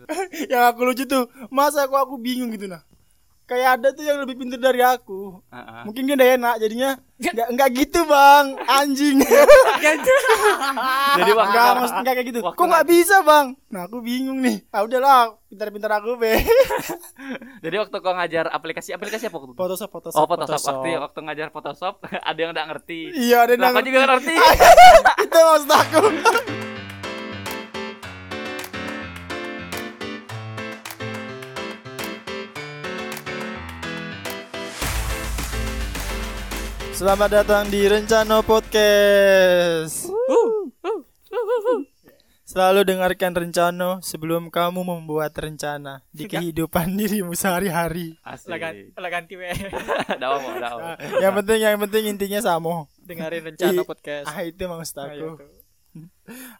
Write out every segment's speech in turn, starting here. yang aku lucu tuh masa aku aku bingung gitu nah kayak ada tuh yang lebih pintar dari aku Heeh. mungkin dia udah enak jadinya nggak nggak gitu bang anjing Jadi waktu nggak mas nggak kayak gitu waktu- kok nggak bisa bang nah aku bingung nih ah udahlah pintar-pintar aku be Jadi waktu kau ngajar aplikasi aplikasi apa waktu itu? Photoshop Photoshop Oh Photoshop. Waktu waktu ngajar Photoshop ada yang nggak ngerti. iya ada Lah yang kau juga nggak ngerti. itu maksud aku Selamat datang di Rencana Podcast. Selalu dengarkan Rencano sebelum kamu membuat rencana di kehidupan dirimu sehari-hari. Asli. lah ganti, lah ganti weh Dawah mau dawah. Yang penting yang penting intinya sama. dengerin Ih, rencana podcast Ah itu maksud Nah, aku. gitu.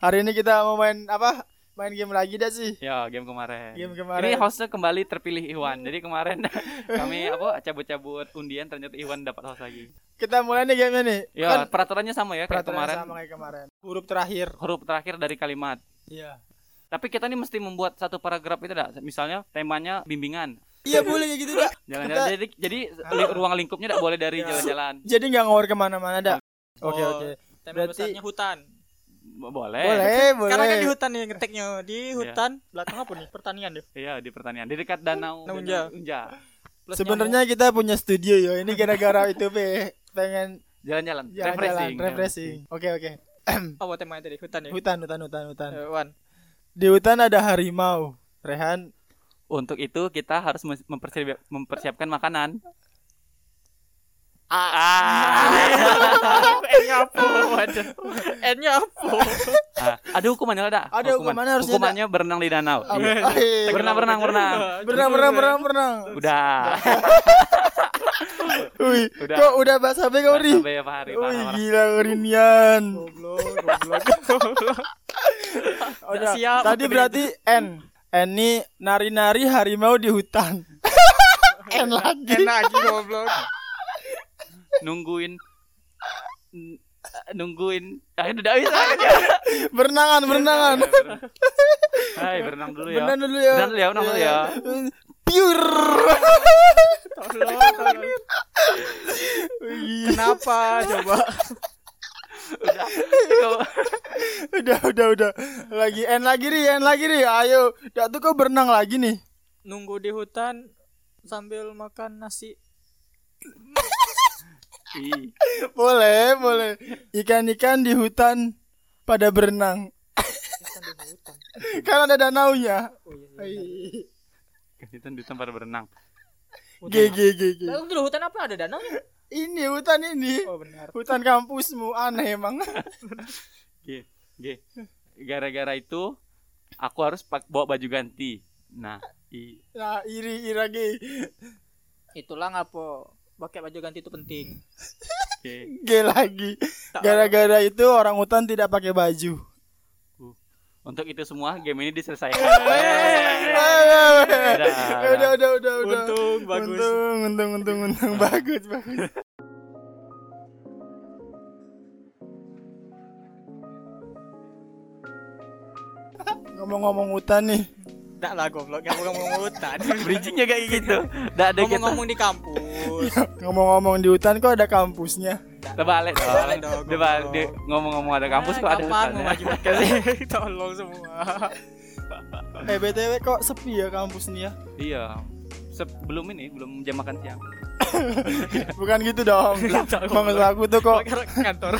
Hari ini kita mau main apa? Main game lagi dah sih. Ya game kemarin. Game kemarin. Ini hostnya kembali terpilih Iwan. Jadi kemarin kami apa cabut-cabut undian ternyata Iwan dapat host lagi. Kita mulai nih gamenya nih. Ya peraturannya sama ya kayak peraturan kemarin. Kan sama kayak kemarin. Huruf terakhir. Huruf terakhir dari kalimat. Iya. Tapi kita nih mesti membuat satu paragraf itu dah. Misalnya temanya bimbingan. Iya boleh kayak gitu dah. Jalan-jalan. Jadi jadi li- ruang lingkupnya tidak boleh dari Iya. jalan-jalan. Jadi nggak ngawur kemana-mana dah. Oke Oh, oke. tema Berarti- besarnya hutan Bo- Boleh. Boleh boleh. Iya. karena kan di hutan nih ngeteknya di hutan belakang apa nih pertanian deh Iya di pertanian di dekat danau. Danau Danau Unja. Plus Sebenarnya kita punya studio yo. Ini gara-gara itu be pengen Jalan-jalan. jalan-jalan Refreshing. ya. refreshing. Oke oke. nyamuk. apa temanya tadi hutan ya Hutan hutan hutan hutan. Eh, Wan Di hutan ada harimau. Rehan. Untuk itu kita harus mes- mempersiap- mempersiapkan makanan. Ah. N-nya apa N-nya apa Ah. Ada hukumannya ada. Ada hukumannya, harusnya Hukumannya berenang di danau. Ah, Iya. eh, Berenang berenang berenang. Berenang berenang berenang berenang. Udah. Wih, Udah. kok udah bahasa be kau ri. Sampai ya, Pak Hari, Wih, parah, parah. gila kau Ri, Nian. goblok goblok Udah, siap Oh, Tadi aku nih. berarti N. N nih nari-nari harimau di hutan. N lagi. enak lagi goblok Nungguin n- nungguin ah udah bisa Berenangan, berenangan. Hai berenang dulu Iya, ya Berenang dulu ya. Berenang dulu ya, berenang dulu ya. Pure. Tolong, tolong. kenapa coba udah udah, udah, udah. Lagi N lagi ri, N lagi ri. Ayo, ya tuh kau berenang lagi nih. nunggu di hutan sambil makan nasi Ih, Boleh, boleh. Ikan-ikan di hutan pada berenang. kan ada danaunya. oh iya, iya. Ih, kegiatan di tempat berenang G G G G. Lalu dulu hutan apa ada danau? ya? Ini hutan ini. Oh benar. Hutan kampusmu aneh emang. G, G. Gara-gara itu aku harus pak bawa baju ganti. Nah, i Nah, iri ira G. Itulah ngapo. Pakai baju ganti itu penting. G. G lagi. Gara-gara itu orang hutan tidak pakai baju. Untuk itu semua game ini diselesaikan. udah, udah, udah, udah, udah. Untung bagus. Untung, untung, untung, untung. bagus, bagus. Ngomong-ngomong hutan nih. Enggak lah goblok, enggak mau ngomong hutan. Bridgingnya kayak gitu. Nggak ada gitu. Ngomong-ngomong di kampus. Ngomong-ngomong di hutan kok ada kampusnya. Terbalik Terbalik dong. dong, Terbalik. goblok. Di- Ngomong-ngomong ada kampus kok ada Kapan hutan mau ya? maju podcast? Tolong semua. Eh, BTW kok sepi ya kampusnya? Iya. Sebelum ini belum jam makan siang. Bukan gitu dong. Maksud aku tuh kok Pakai kantor.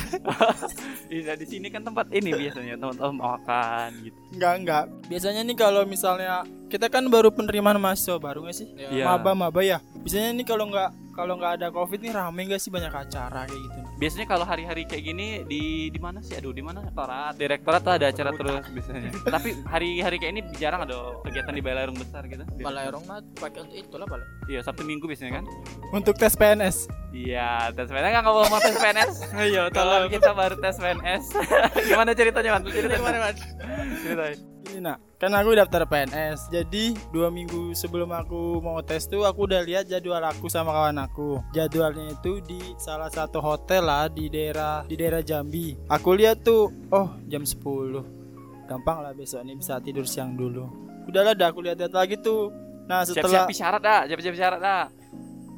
Iya, di sini kan tempat ini biasanya teman-teman mau makan gitu. Enggak, enggak. Biasanya nih kalau misalnya kita kan baru penerimaan mahasiswa baru nggak sih? Iya. Maba maba ya. Biasanya nih kalau nggak kalau nggak ada covid nih rame nggak sih banyak acara kayak gitu. Biasanya kalau hari-hari kayak gini di di mana sih? Aduh, di mana? Direktorat. Direktorat tuh ada acara terus biasanya. Tapi hari-hari kayak ini jarang ada kegiatan di Balarung besar gitu. Balerong mah pakai untuk itulah paling. Iya, Sabtu Minggu biasanya kan? Untuk tes PNS. Iya, tes PNS nggak ngomong mau tes PNS. Iya, Kalau kita baru tes PNS. Gimana ceritanya, Man? Cerita Gimana, Wan? Ceritain. Ini nak, kan aku daftar PNS. Jadi dua minggu sebelum aku mau tes tuh aku udah lihat jadwal aku sama kawan aku. Jadwalnya itu di salah satu hotel lah di daerah di daerah Jambi. Aku lihat tuh, oh jam 10 gampang lah besok nih bisa tidur siang dulu. udahlah dah aku lihat-lihat lagi tuh nah setelah Siap-siap isyarat dah, siap-siap isyarat dah.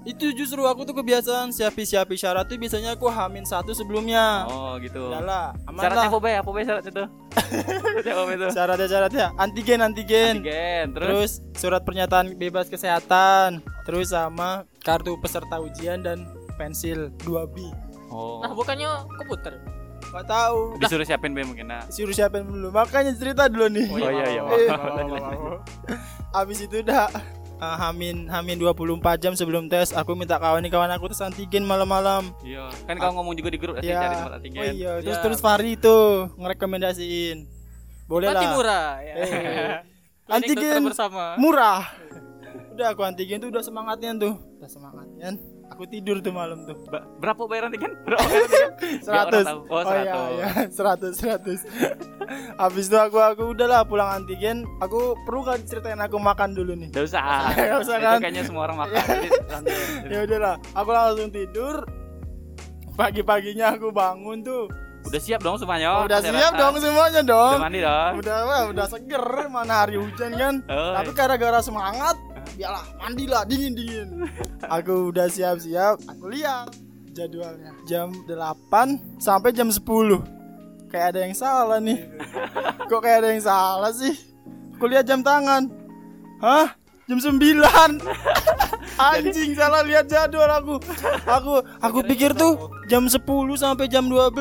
itu justru aku tuh kebiasaan siap-siap isyarat tuh biasanya aku hamin satu sebelumnya Oh, gitu. udahlah aman Syaratnya lah apa, Bay? Apa, Bay, syaratnya tuh? Syaratnya apa, Bay, tuh? syaratnya syaratnya antigen antigen Antigen, terus? terus surat pernyataan bebas kesehatan terus sama kartu peserta ujian dan pensil 2B Nah, Oh. bukannya komputer. Gak tahu Disuruh siapin, Bay, mungkin. Nah. suruh siapin dulu makanya cerita dulu nih Oh, iya, iya. Eh, maaf, maaf, maaf, maaf. Abis itu dah eh, Hamin Hamin 24 jam sebelum tes Aku minta kawan kawan aku tes antigen malam-malam Iya, kan kau ngomong juga di grup asli cari tempat antigen. Oh iya Terus Ya. terus Fahri itu Ngerekomendasiin Boleh Mati lah murah. Ya. Eh, Klinik dokter antigen. bersama. Murah Udah aku antigen tuh udah semangatnya tuh Udah semangatnya Aku tidur tuh malam tuh Ba- berapa bayar antigen? Berapa bayar antigen? Biar orang 100 tahu. Oh, 100. iya, iya. 100 100 Habis itu aku aku udahlah pulang antigen Aku perlu gak ceritain aku makan dulu nih Nggak usah. Nggak usah, Itu kan? kayaknya semua orang makan. Jadi, lanjut. ya udahlah aku langsung tidur pagi paginya aku bangun tuh Udah siap dong semuanya. udah Saya siap rasa. dong semuanya dong Udah mandi dong. udah wah, udah seger mana hari hujan kan Oh, tapi gara-gara semangat biarlah mandilah dingin dingin aku udah siap siap aku lihat jadwalnya jam 8 sampai jam 10 kayak ada yang salah nih kok kayak ada yang salah sih aku lihat jam tangan hah jam 9 anjing salah lihat jadwal aku aku aku pikir tuh jam 10 sampai jam 12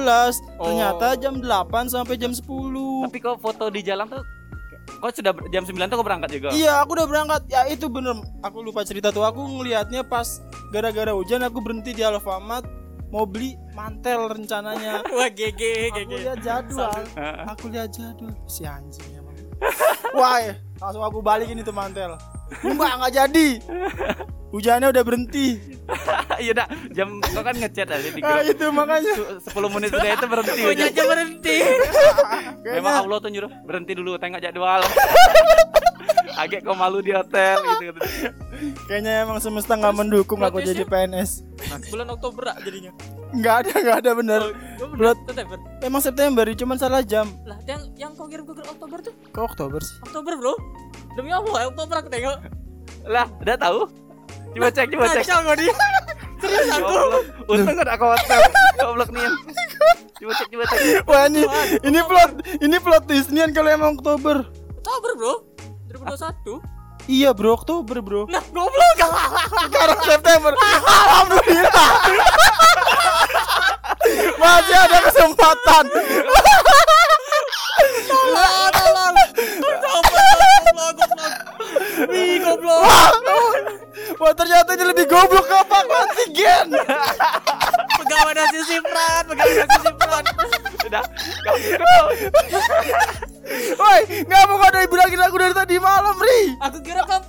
ternyata jam 8 sampai jam 10 Tapi kau foto di jalan tuh Kau sudah ber- jam 9 tuh kau berangkat juga? Iya, aku udah berangkat. Ya itu bener. Aku lupa cerita tuh. Aku ngelihatnya pas gara-gara hujan aku berhenti di Alfamart mau beli mantel rencananya. Wah, GG, GG. aku lihat jadwal. aku lihat jadwal. Si anjing emang. Wah, eh, langsung aku balikin itu mantel. Mbak nggak jadi. Hujannya udah berhenti. Iya dah, jam kau kan ngechat aja di Nah, grup itu makanya. Su- 10 menit sudah itu berhenti Punya aja berhenti. Memang Iya. Kayaknya Allah tuh nyuruh berhenti dulu tengok jadwal Agak kau malu di hotel gitu, gitu. kayaknya emang semesta nggak mendukung aku Plot jadi PNS. Bulan Oktober ah, jadinya. Oh, Nggak ada, nggak ada bener. Gua bener, Bulan- September. Emang September, cuman salah jam. Lah, yang yang kau kirim ke grup Oktober tuh Kok Oktober sih? Oktober, Bro. Demi Allah, ya, Oktober aku tengok. Nah, Lah, udah tahu? Coba cek, coba Nah, cek. Kacau kau di. Serius aku. Goblok. Untung gak ada kawasan. Goblok nih. Coba cek, coba cek. Wah ini, ini plot ini plot twistnya kalau emang Oktober. Oktober, Bro. 2021. Iya bro Oktober bro. Nah, goblok. Sekarang September. Alhamdulillah. Masih ada kesempatan. Tolong, tolong. Goblok, goblok. Wih, goblok. Wah ternyata ini lebih goblok apa antigen. Pegawai nasi siprat, pegawai nasi siprat. Udah. Gak mau. Woi nggak mau kau dari bilangin aku dari tadi malam Ri. Aku kira kau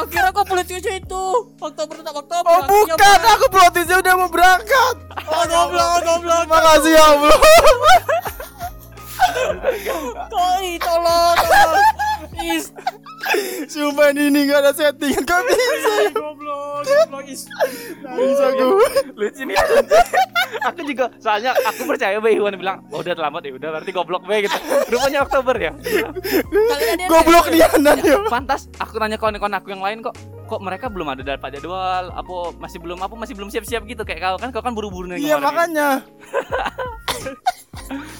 Aku kira kau pulut cucu itu Oktober tetap Oktober Oh Artinya bukan bulan. aku plot twistnya udah mau berangkat. ya? Oh goblok goblok Terima kasih ya Allah. Koi tolong tolong Is Sumpah ini ini nggak ada settingan Gak bisa. Ih, Goblok goblok is Nangis aku. Lucu nih. Aku juga soalnya aku percaya Bay Iwan bilang, "Oh, udah terlambat ya, udah berarti goblok Bay gitu." Rupanya Oktober ya. Kalian ada- Goblok nih anak ya. Pantas aku nanya kawan-kawan aku yang lain kok kok mereka belum ada dapat jadwal apa masih belum apa masih belum siap-siap gitu kayak kau kan kau kan buru-buru nih Iya kemarin. makanya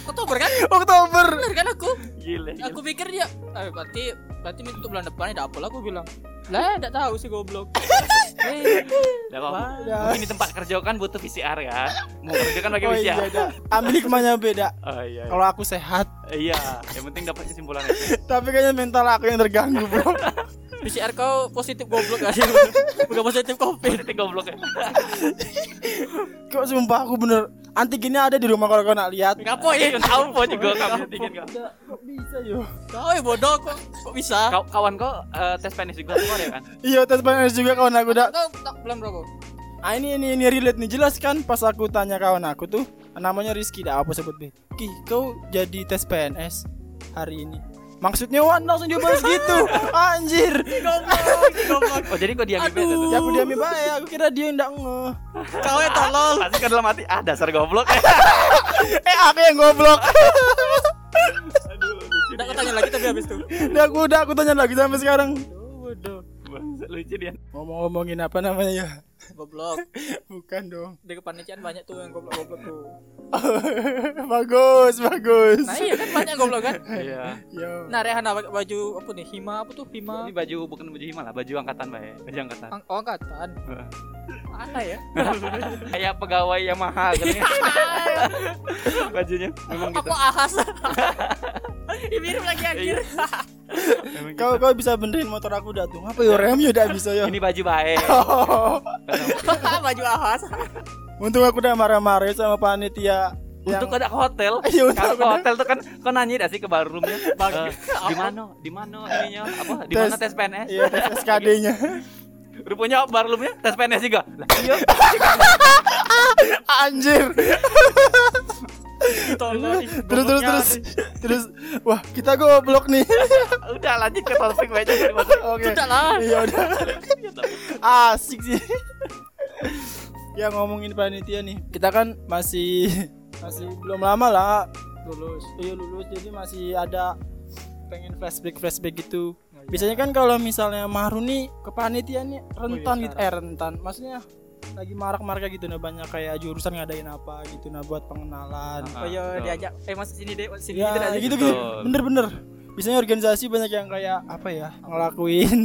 Oktober kan Oktober Bener kan aku gila, gila. Aku pikir dia Eh berarti Berarti untuk bulan depan ada apa lah aku bilang Lah enggak tahu sih goblok Eh, Gak apa-apa. Wah. Mungkin di tempat kerja kan butuh PCR kan. Mau kerja kan pakai Oh PCR. iya dah Ambil hikmahnya beda Oh iya. Kalau aku sehat Iya, yang penting dapat kesimpulan aja. Tapi kayaknya mental aku yang terganggu bro PCR kau positif goblok gak sih Bukan positif covid Titik goblok ya. Kok sumpah aku bener Antigennya ada di rumah kalau kau nak lihat Ngapain Tahu po juga kamu dingin kau. Kok bisa yo Kau eh, bodoh kok Kok bisa Kau- Kawan kau eh, tes penis juga keluar ya kan? Iya tes PNS juga kawan aku dah Kau tak bulan berapa Ah ini ini ini relate nih jelas kan Pas aku tanya kawan aku tuh Namanya Rizky dah aku sebut deh Ki kau jadi tes PNS hari ini Maksudnya Wan langsung dia balas gitu Anjir Goblok goblok Oh jadi kau diam Aduh. itu. Ya aku diamin baik Aku kira dia yang gak ngeh Kau eh tolol Pasti kau dalam hati ah dasar goblok. Eh aku yang goblok Aduh, lucu Udah dia. tanya lagi tapi habis itu. Udah aku udah aku tanya lagi sampai sekarang. Waduh, Bangsa, lucu dia. Ngomong-ngomongin apa namanya ya? goblok. Bukan dong. Di kepanitiaan banyak tuh yang goblok-goblok tuh. bagus, bagus. Nah iya kan banyak yang goblok kan. Iya. Yo. Nah Rehana pakai baju apa nih? Hima apa tuh? Hima Ini baju bukan baju hima lah, baju angkatan bae. Baju angkatan. ang oh, angkatan. Mana ya? Kayak pegawai Yamaha katanya. Bajunya memang gitu. Apa ahas? Ih, Mirip lagi anjir. Memang gitu. Kau kau bisa benerin motor aku udah tuh. Apa yo remnya udah bisa yo. Ini baju bae. baju ahas. Untung aku udah marah-marah sama panitia yang Untuk ada hotel. Iya, untuk Kalau ke ada. hotel tuh kan kau nanya dah sih ke barroomnya. Bang. Eh, Di mana? Di mana ininya? Apa? Di mana Tes. tes PNS? Iya, SKD-nya. Rupanya barroomnya tes PNS juga. Lah, iya. Anjir. Tolong. ih, Terus terus gobloknya. terus. Terus wah, kita goblok nih. Udah lanjut ke topik aja. Oke. Sudah lah. Iya udah. Asik sih. ya ngomongin panitia nih. Kita kan masih masih belum lama lah lulus. Iya lulus jadi masih ada pengen flashback flashback gitu. Biasanya kan kalau misalnya Mahru nih kepanitiaannya rentan gitu, eh rentan. Maksudnya lagi marak-marak gitu nah banyak kayak jurusan ngadain apa gitu nah buat pengenalan. Ah, Oh iya betul. diajak. Eh masuk sini deh, masuk sini ya deh. gitu gitu. Betul. Bener-bener. Biasanya organisasi banyak yang kayak apa ya ngelakuin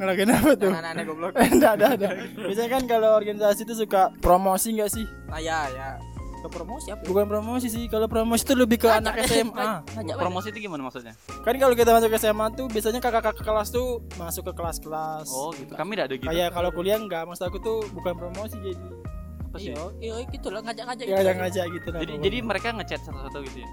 ngelakuin apa tuh? Eh, Nah, nah, nah, goblok. Enggak ada ada. Biasanya kan kalau organisasi itu suka promosi enggak sih? Ah ya ya. Ke promosi apa? Bukan promosi sih. Kalau promosi itu lebih ke anak SMA. Promosi itu gimana maksudnya? Kan kalau kita masuk SMA tuh biasanya kakak-kakak kelas tuh masuk ke kelas-kelas. Oh gitu. Kami tidak ada gitu. Kayak kalau kuliah enggak, maksud aku tuh bukan promosi jadi Apa sih? Iya, iya gitu lah ngajak-ngajak ya yang aja gitu lah Jadi pokoknya. jadi mereka ngechat satu-satu gitu ya.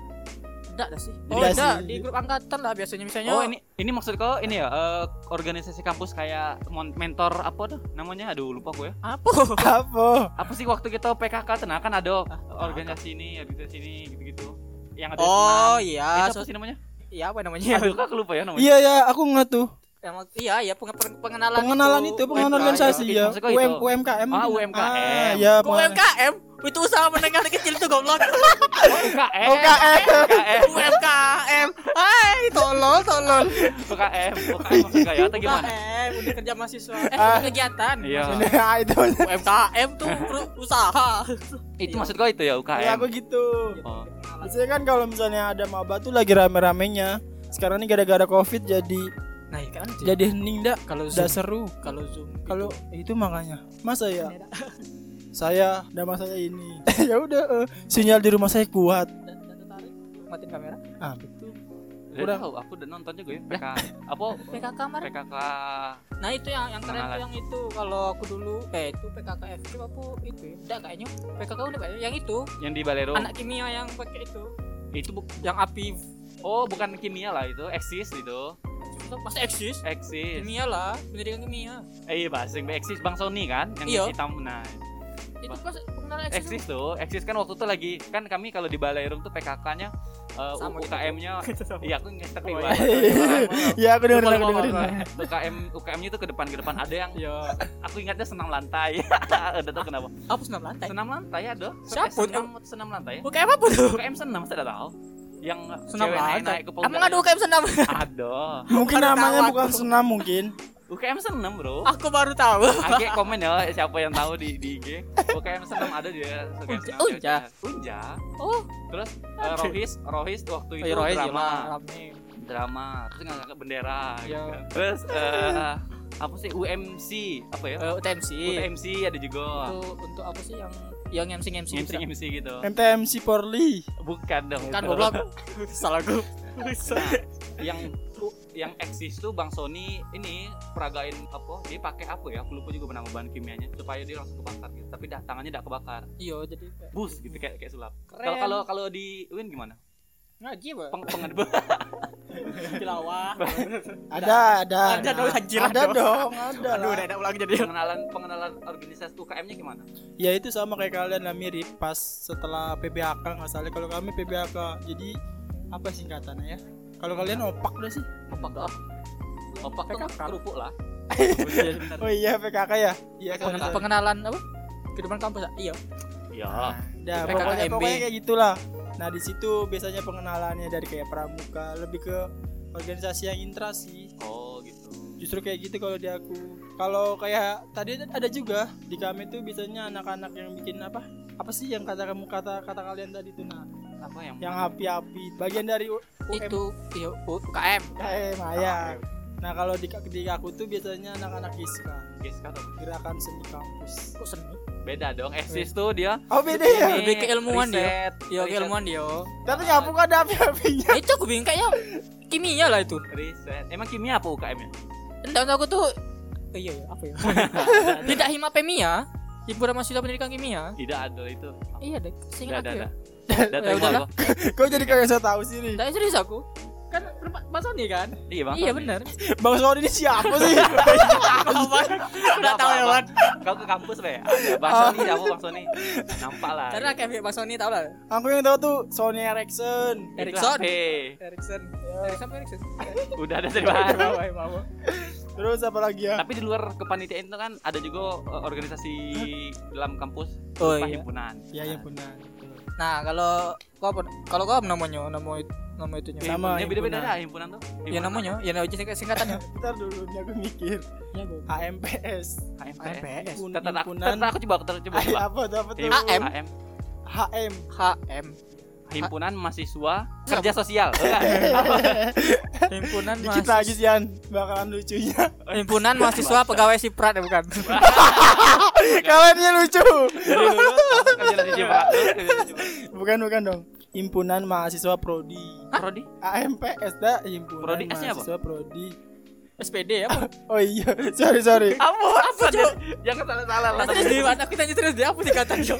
enggak dah sih. Jadi Oh, kasih. enggak di grup angkatan lah biasanya Iya. misalnya. Oh ini ini maksud kau ini ya eh, organisasi kampus kayak mon- mentor apa tuh namanya? Aduh lupa ya. gue. apa? apa? Apa sih waktu kita PKK tenang kan ada organisasi ini, organisasi ini gitu-gitu. Yang ada Oh senam. iya, Itu apa so- sih namanya? iya apa namanya? Aduh kak lupa ya namanya. Iya ya, aku enggak tuh. Yang waktu- iya iya peng- peng- pengenalan Iya, Pengenalan itu, pengenalan UMKM. organisasi ya. Maksud kau itu? UM, UMKM. Ah, mungkin. UMKM. Ah, ya, Kok UMKM itu usaha menengah dan kecil itu goblok UKM. UKM. UKM. UMKM hai tolol tolol UKM. UKM maksud kau ya atau gimana? UMKM udah kerja mahasiswa eh Ah. kegiatan Iya. Nah, itu. UMKM tuh ru- usaha Itu Iya. maksud kau itu Ya, ya UKM. aku gitu. Oh. Biasanya kan kalau misalnya ada maba tuh lagi rame-ramenya. Sekarang ini gara-gara covid jadi nah iya kan jadi jadi hening dak. kalau Udah zoom Iya. seru. kalau zoom gitu. Kalau itu makanya. Masa ya? Saya nama saya ini. ya udah eh, sinyal di rumah saya kuat. matiin kamera Ah, betul. Udah tahu aku udah nonton juga ya. PKK. Apa PKK kemarin PKK? nah itu yang yang keren tuh Pengenalan. yang itu kalau aku dulu eh itu PKK FK apa itu ya udah kayaknya PKK udah kayaknya yang itu yang di Balero anak kimia yang pakai itu itu bu- yang api oh bukan kimia lah itu eksis gitu masa eksis eksis kimia lah pendidikan kimia eh iya bahasa yang eksis bang Sony kan yang Iya. hitam nah itu Bah- pas pengenalan eksis eksis tuh eksis kan waktu itu lagi kan kami kalau di balai room tuh PKK-nya eh, Sama gitu. UKM-nya iya aku ngetek nih Oh, Bang. Iya. ya aku dengerin, aku Lupa, lupa, dengerin. Iya. lupa. UKM UKM-nya tuh ke depan ke depan ada yang ya aku ingatnya senam lantai udah tau kenapa apa senam lantai senam lantai ada Siapa? senam senam lantai UKM apa tuh UKM senam saya udah tahu yang senam cewek lantai naik-naik ke emang punggung ada UKM senam ada Mungkin Baru namanya tahu bukan aku. senam mungkin. UKM senam bro aku baru tahu Oke komen ya siapa yang tahu di di IG. UKM senam ada dia UKM senam. Unja. cewek-cewek. Unja. oh Terus eh, Rohis, Rohis waktu itu Roy drama, rame drama. Terus ngangkat bendera gitu. Iya. kan. Terus eh, apa sih UMC apa ya? Eh, UTMC UTMC ada juga. itu untuk apa sih yang yang MC MC MC MC gitu. MTMC Porli. Bukan dong. kan itu. goblok salah gue Nah, yang yang eksis tuh Bang Sony ini peragain apa dia pakai apa ya aku lupa juga nama bahan kimianya supaya dia langsung kebakar gitu tapi dah tangannya tidak kebakar iya jadi kayak bus gitu kayak kayak sulap keren Kalau kalau kalau di Win gimana? ngaji pak Peng pengen tilawah Ada, ada. ada dong anjir Ada dong, ada. lah. aduh udah ada ulang jadi pengenalan pengenalan organisasi UKM-nya gimana? ya itu sama kayak kalian lah mirip pas setelah PBHK nggak salah kalau kami PBHK jadi apa singkatannya ya kalau kalian opak udah sih Opak lah. Opak tuh PKK. kerupuk lah. oh iya PKK ya iya PKK. kalau- pengenalan apa kehidupan kampus ah? iya Iya. Dah, PKKMB. pokoknya pokoknya Nah, kayak gitulah Nah di situ biasanya pengenalannya dari kayak pramuka lebih ke organisasi yang intra sih. oh gitu Justru kayak gitu kalau di aku. Kalau kayak tadi ada juga di kami tuh biasanya anak-anak yang bikin apa? Apa sih yang kata kamu kata kata kalian tadi tuh nah? apa yang Yang api-api bagian dari U- UM itu iya, U- UKM KM Ah, ya, Maya. Nah kalau di, di aku tuh biasanya anak-anak ISKA Yes, kan? gerakan seni kampus. kok seni beda dong eksis tuh dia Oh beda ya? Ini Lebih keilmuan dia. Iya, riset, yo riset, ilmuwan dia yo. Tapi nyapu kok ada api-apinya? Eh, itu aku bingung kayaknya kimia lah itu riset emang kimia apa UKM ya entah untuk aku tuh eh, iya ya apa ya tidak himapemia himpunan mahasiswa pendidikan kimia tidak ada itu iya deh seingat tidak aku ya ada Ya tidak udahlah. ada Kau jadi kayak saya tahu sih nih. Tapi serius aku kan rumah- Mas Sony kan iya bang iya benar Bang Sony ini siapa sih? udah tahu ya Wan kau ke kampus be ada bang Sony ada apa bang Sony nampak lah Oh. karena kayak Mas Sony tahu lah Aku yang tahu tuh Sony Ericsson. Itu Erickson. HP. Erikson Erikson apa Erikson udah ada dari bang mau Terus apa lagi ya? tapi di luar kepanitiaan itu kan ada juga eh, organisasi dalam kampus Oh, berupa iya. himpunan Ya ya benar. nah kalau kau apa kalau kau apa namanya nama itu nama itunya Sama Himpunannya beda-beda himpunan. lah himpunan tuh ya namanya ya namanya singkat- singkatannya Bentar dulu nih aku mikir. ya gue HMPS. HMPS Himpunan. Tetap aku Himpunan. tetap aku coba aku coba Ay, coba. apa tuh apa tuh? HM. HM HM. HM himpunan mahasiswa kerja sosial bukan? himpunan Dikit mahasiswa- lagi sih Yan, bakalan lucunya. himpunan mahasiswa pegawai siprat ya bukan Kalian ini lucu. Jadi dulu, aku kerja di Jepang, aku kerja di Jepang. Bukan bukan dong. Himpunan mahasiswa prodi. Prodi HMPS dah himpunan Prodi S-nya apa? mahasiswa prodi. SPD ya apa Oh iya, sorry sorry. apa apa Jangan- jangan salah salah lah terus di mana aku tanya terus dia apa singkatan Jo?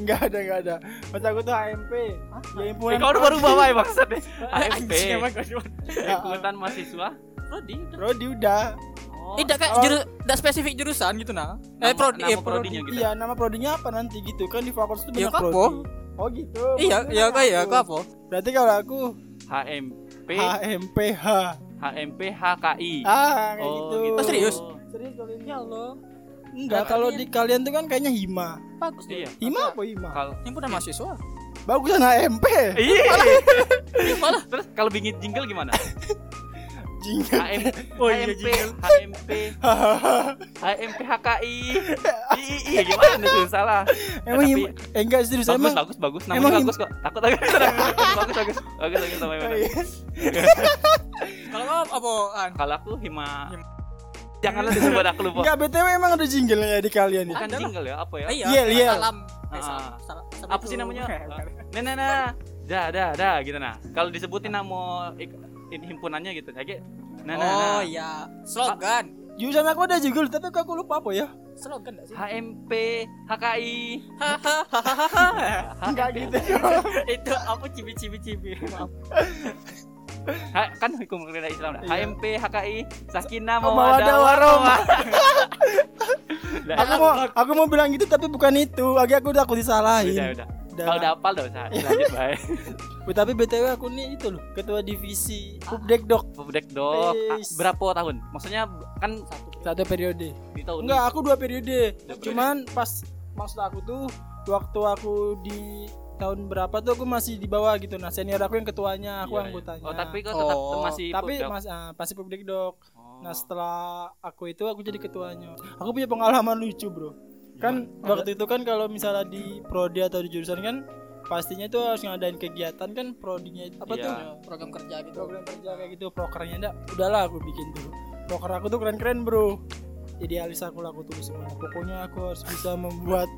Enggak ada enggak ada. Mas aku tuh HMP. Ya himpunan. Eh, kau udah baru bawa ya maksudnya AFP Anjing emang kau Jo. himpunan mahasiswa Prodi udah Ya, Prodi udah. oh, Eh, tidak kayak Oh. juru, tidak spesifik jurusan gitu nah. nama- eh prodi, nama eh, prodi. prodinya gitu Iya, Iya, nama prodinya apa nanti gitu kan di fakultas itu Ya, banyak kok prodi. apa? Oh gitu. Iya, Maksudnya iya kan kau ya, aku. kau apa? Berarti kalau aku HMP HMPH. HMP HKI Ah, kayak Oh, Nah, gitu. Oh, serius? Serius kalau ini. ya Allah, Enggak, kalau di kalian tuh kan kayaknya hima. bagus deh. iya Hima apa hima? kalau Himpunan mahasiswa. Bagusan HMP. Iya. Ih, malah Terus kalau bingit jingle gimana? Jingle. HM, Oh, iya, HMP, jingle. HMP, HMP, HKI, II, ya gimana tuh salah? Emang Tapi- hima? Eh, enggak serius Bagus, emang. bagus, bagus, emang namanya im- bagus kok. Takut takut bagus, bagus, bagus, bagus, bagus, sama Oh, Iwan. iya. kalau anu? kau apaan? Kalau aku hima, Hima. janganlah disebut aku lupa. Enggak, BTW emang ada jingle-nya di kalian ya? Bukan Ada lah. jingle ya, apa ya? Eh, Iya, Yel, yel. salam. Eh, Ah. salam, salam. Salam Apa itu. sih namanya? Eh, bukan. Nah, nah, nah, dah, dah, dah, gitu nah. Kalau disebutin nama ik- ini himpunannya gitu, kayak nah, nah, Oh nah. iya, slogan. Jurusan aku ada juga, tapi aku lupa apa ya? Slogan enggak sih? HMP, HKI, Enggak gitu. Itu apa cibi-cibi-cibi. Maaf. Ha- kan hukum kerja Islam dah. Iya. HMP, HKI, Sakinah Mawadah Mawadah Warahmah. Warahmah. Aku mau aku mau bilang gitu tapi bukan itu. Lagi aku udah aku disalahin. Udah, udah. Udah. Kalau udah hafal dah usah lanjut bae. Wih, tapi BTW aku nih itu loh, ketua divisi Pupdek Dok Budek dok, Ah, Wis. berapa tahun? Maksudnya kan satu satu periode. di tahun. Enggak, aku dua periode. Dua periode. Cuman pas maksud aku tuh waktu aku di tahun berapa tuh aku masih di bawah gitu. Nah, senior aku yang ketuanya, aku Iya, iya. anggotanya. Oh, tapi kok tetap Oh, masih tapi budek. mas ah, pasti Pupdek Dok. Oh. Nah, setelah aku itu aku jadi ketuanya. Aku punya pengalaman lucu, Bro. Kan waktu itu kan kalau misalnya di prodi atau di jurusan kan pastinya itu harus ngadain kegiatan kan prodinya itu- apa Iya. tuh? Program kerja gitu. program kerja kayak gitu prokernya enggak udahlah aku bikin dulu proker aku tuh keren-keren bro idealis aku lah aku tulis semua pokoknya aku harus bisa membuat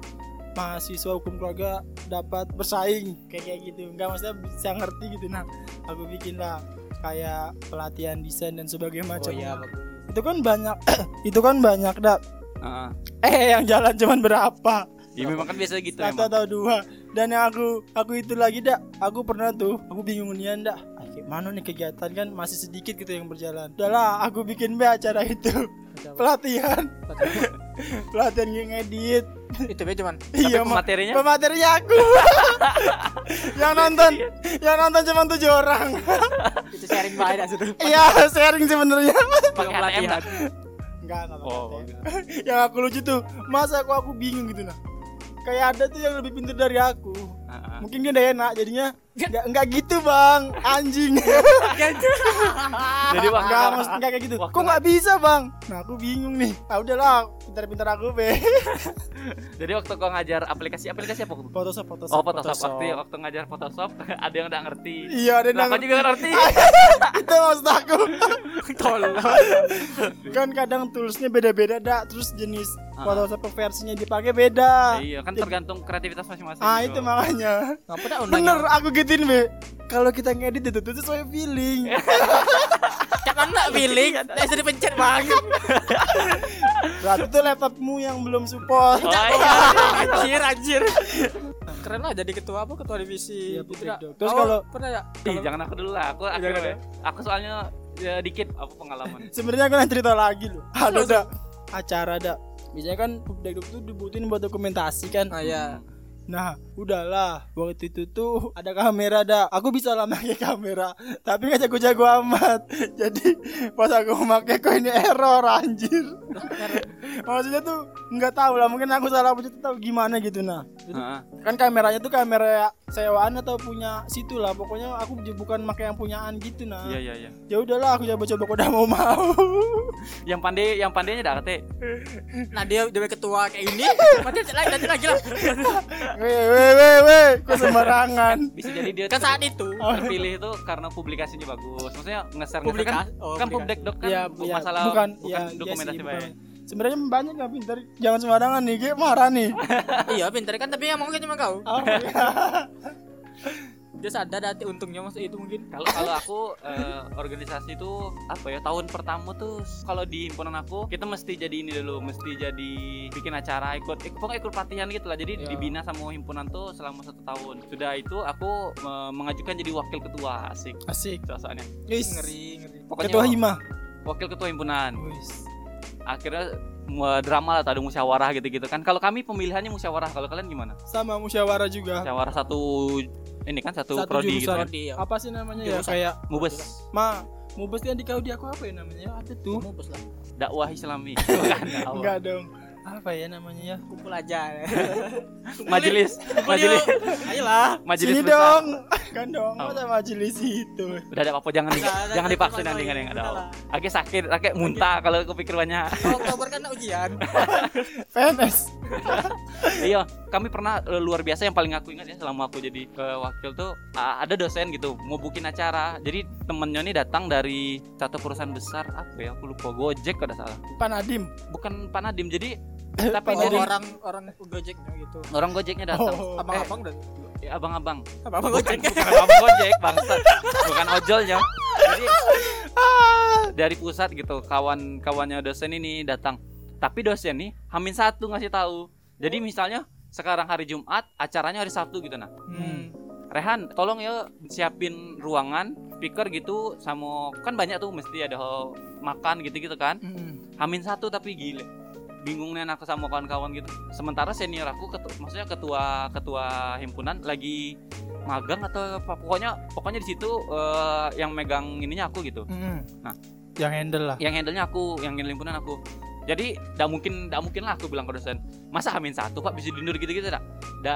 mahasiswa hukum keluarga dapat bersaing kayak kayak gitu nggak maksudnya bisa ngerti gitu nah aku bikin lah kayak pelatihan desain dan sebagainya Oh, macam bagus. itu kan banyak itu kan banyak dah Ah, eh yang jalan cuman berapa ya memang kan biasa gitu satu emang. atau dua dan yang aku aku itu lagi dak aku pernah tuh aku bingung nian dak Ah, kayak mana nih kegiatan kan masih sedikit gitu yang berjalan udahlah aku bikin be acara itu pelatihan pelatihan yang ngedit Itu be cuman. iya Tapi Ma. materinya pematerinya aku yang nonton yang nonton cuma tujuh orang Itu sharing bae dah situ. iya sharing sebenarnya pakai ATM dah. enggak enggak Oh, yang aku lucu tuh masa aku aku bingung gitu nah kayak ada tuh yang lebih pintar dari aku Heeh. mungkin dia udah enak jadinya nggak nggak gitu bang anjing Jadi waktu- nggak maksud nggak kayak gitu waktu- kok nggak bisa bang nah aku bingung nih ah udahlah pintar-pintar aku be Jadi waktu gua ngajar aplikasi aplikasi apa? gua? Photoshop Photoshop Oh Photoshop. Waktu waktu ngajar Photoshop ada yang nggak ngerti. iya ada Lah, yang iya. gua juga nggak ngerti. itu maksud aku gitu. tolong kan kadang toolsnya beda-beda dak terus jenis Ah. Photoshop versinya dipakai beda Iya kan tergantung kreativitas masing-masing. ah itu gitu. makanya ngapa dah undang ya? bener yang- aku gituin be kalau kita ngedit itu tuh sesuai feeling Cak kan nggak pilih Nggak bisa dipencet bang berarti itu laptopmu yang belum support Oh iya. anjir anjir keren lah jadi ketua apa ketua divisi Iya, gitu public dah. dog. Terus Oh, kalau- pernah ya Ih, Kalau- jangan aku dulu lah. Aku Jangan akhirnya aku soalnya ya, dikit apa pengalaman. sebenarnya aku nanti cerita lagi loh aduh dak acara dak biasanya kan publik tuh dibutuhin buat dokumentasi kan ah ya Nah, udahlah. Waktu itu tuh ada kamera dah. Aku bisa lah pakai kamera, tapi nggak jago-jago amat. Jadi pas aku pakai kok ini error anjir. Maksudnya tuh nggak tahu lah. Mungkin aku salah pencet atau gimana gitu nah. Heeh. Kan kameranya tuh kamera sewaan atau punya situ lah. Pokoknya aku j- bukan pakai yang punyaan gitu nah. Iya iya iya. Ya udahlah, aku coba-coba kok udah mau mau. Yang pandai yang pandainya nggak ngerti. nah dia dia ketua kayak ini mati cek lagi lanjut lagi lah weh weh weh weh, kok sembarangan. Bisa jadi dia kan saat itu terpilih itu karena publikasinya bagus. Maksudnya ngeser ngeser kan, Publikasi- oh, kan publikasi. publik dok kan Iya, bu- iya, masalah bukan, bukan iya, iya dokumentasi ya? sih, baik. bukan. Sebenarnya banyak yang pintar, jangan sembarangan nih, gue marah nih. iya pintar kan tapi yang mau kan cuma kau Oh, iya. dia sadar hati untungnya masuk itu mungkin Kalau kalau aku eh, organisasi itu apa ya tahun pertama tuh kalau di himpunan aku kita mesti jadi ini dulu, mesti jadi bikin acara ikut ik- pokoknya ikut pelatihan gitu lah. Jadi Iya. dibina sama himpunan tuh selama satu tahun. Sudah itu aku eh, mengajukan jadi wakil ketua asik Asik. soalnya. Wis. ngeri ngeri Pokoknya Ketua Hima. wakil ketua himpunan. Akhirnya eh, drama lah, ada musyawarah gitu-gitu kan. Kalau kami pemilihannya musyawarah, kalau kalian gimana? Sama musyawarah juga. Musyawarah satu ini kan satu, Satu prodi gitu jurusan. kan. Prodi, ya. Apa sih namanya Iya, ya? Jurusan. Kayak Mubes Ma, mubes yang di Kaudi aku apa ya namanya? Ada tuh. Mau bos lah dakwah Islami. Bukan, dakwah. Enggak dong. Apa ya namanya ya? kumpul aja majelis majelis ayolah majelis Sini besar. dong. Kan dong, Oh. mata majelis itu. udah ada apa jangan di- Udah, udah, jangan udah, dipaksa udah, nanti udah, kan yang udah, ada udah. Oke sakit, oke muntah kalau kepikir banyak. kalau Oktober kan ada ujian PNS. iya, kami pernah eh, luar biasa yang paling aku ingat ya selama aku jadi eh, wakil tuh ah, ada dosen gitu mau bukin acara. Jadi temennya ini datang dari satu perusahaan besar apa ya? Aku lupa Gojek kalau nggak salah. Panadim. Bukan Pak Nadim. Jadi tapi Pak oh, jadi Nadiem. orang orang gojeknya gitu orang Gojeknya datang. Oh. abang abang dan Ya, abang-abang. abang bukan gojek bukan abang gojek bangsa bukan ojolnya jadi dari pusat gitu kawan kawannya dosen ini datang tapi dosen nih hamin satu ngasih tahu jadi misalnya sekarang hari Jumat acaranya hari Sabtu gitu nah Hmm. Rehan tolong ya siapin ruangan speaker gitu sama kan banyak tuh mesti ada ho- makan gitu-gitu kan Eh. Hamin satu tapi gile bingungnya aku sama kawan-kawan gitu sementara senior aku ketu- maksudnya ketua ketua himpunan lagi magang atau apa pokoknya pokoknya di situ eh, yang megang ininya aku gitu Hmm. Nah. yang handle lah. yang handle nya aku yang handle himpunan aku jadi tidak mungkin tidak mungkin lah aku bilang ke dosen masa hamin satu pak bisa diundur gitu gitu dah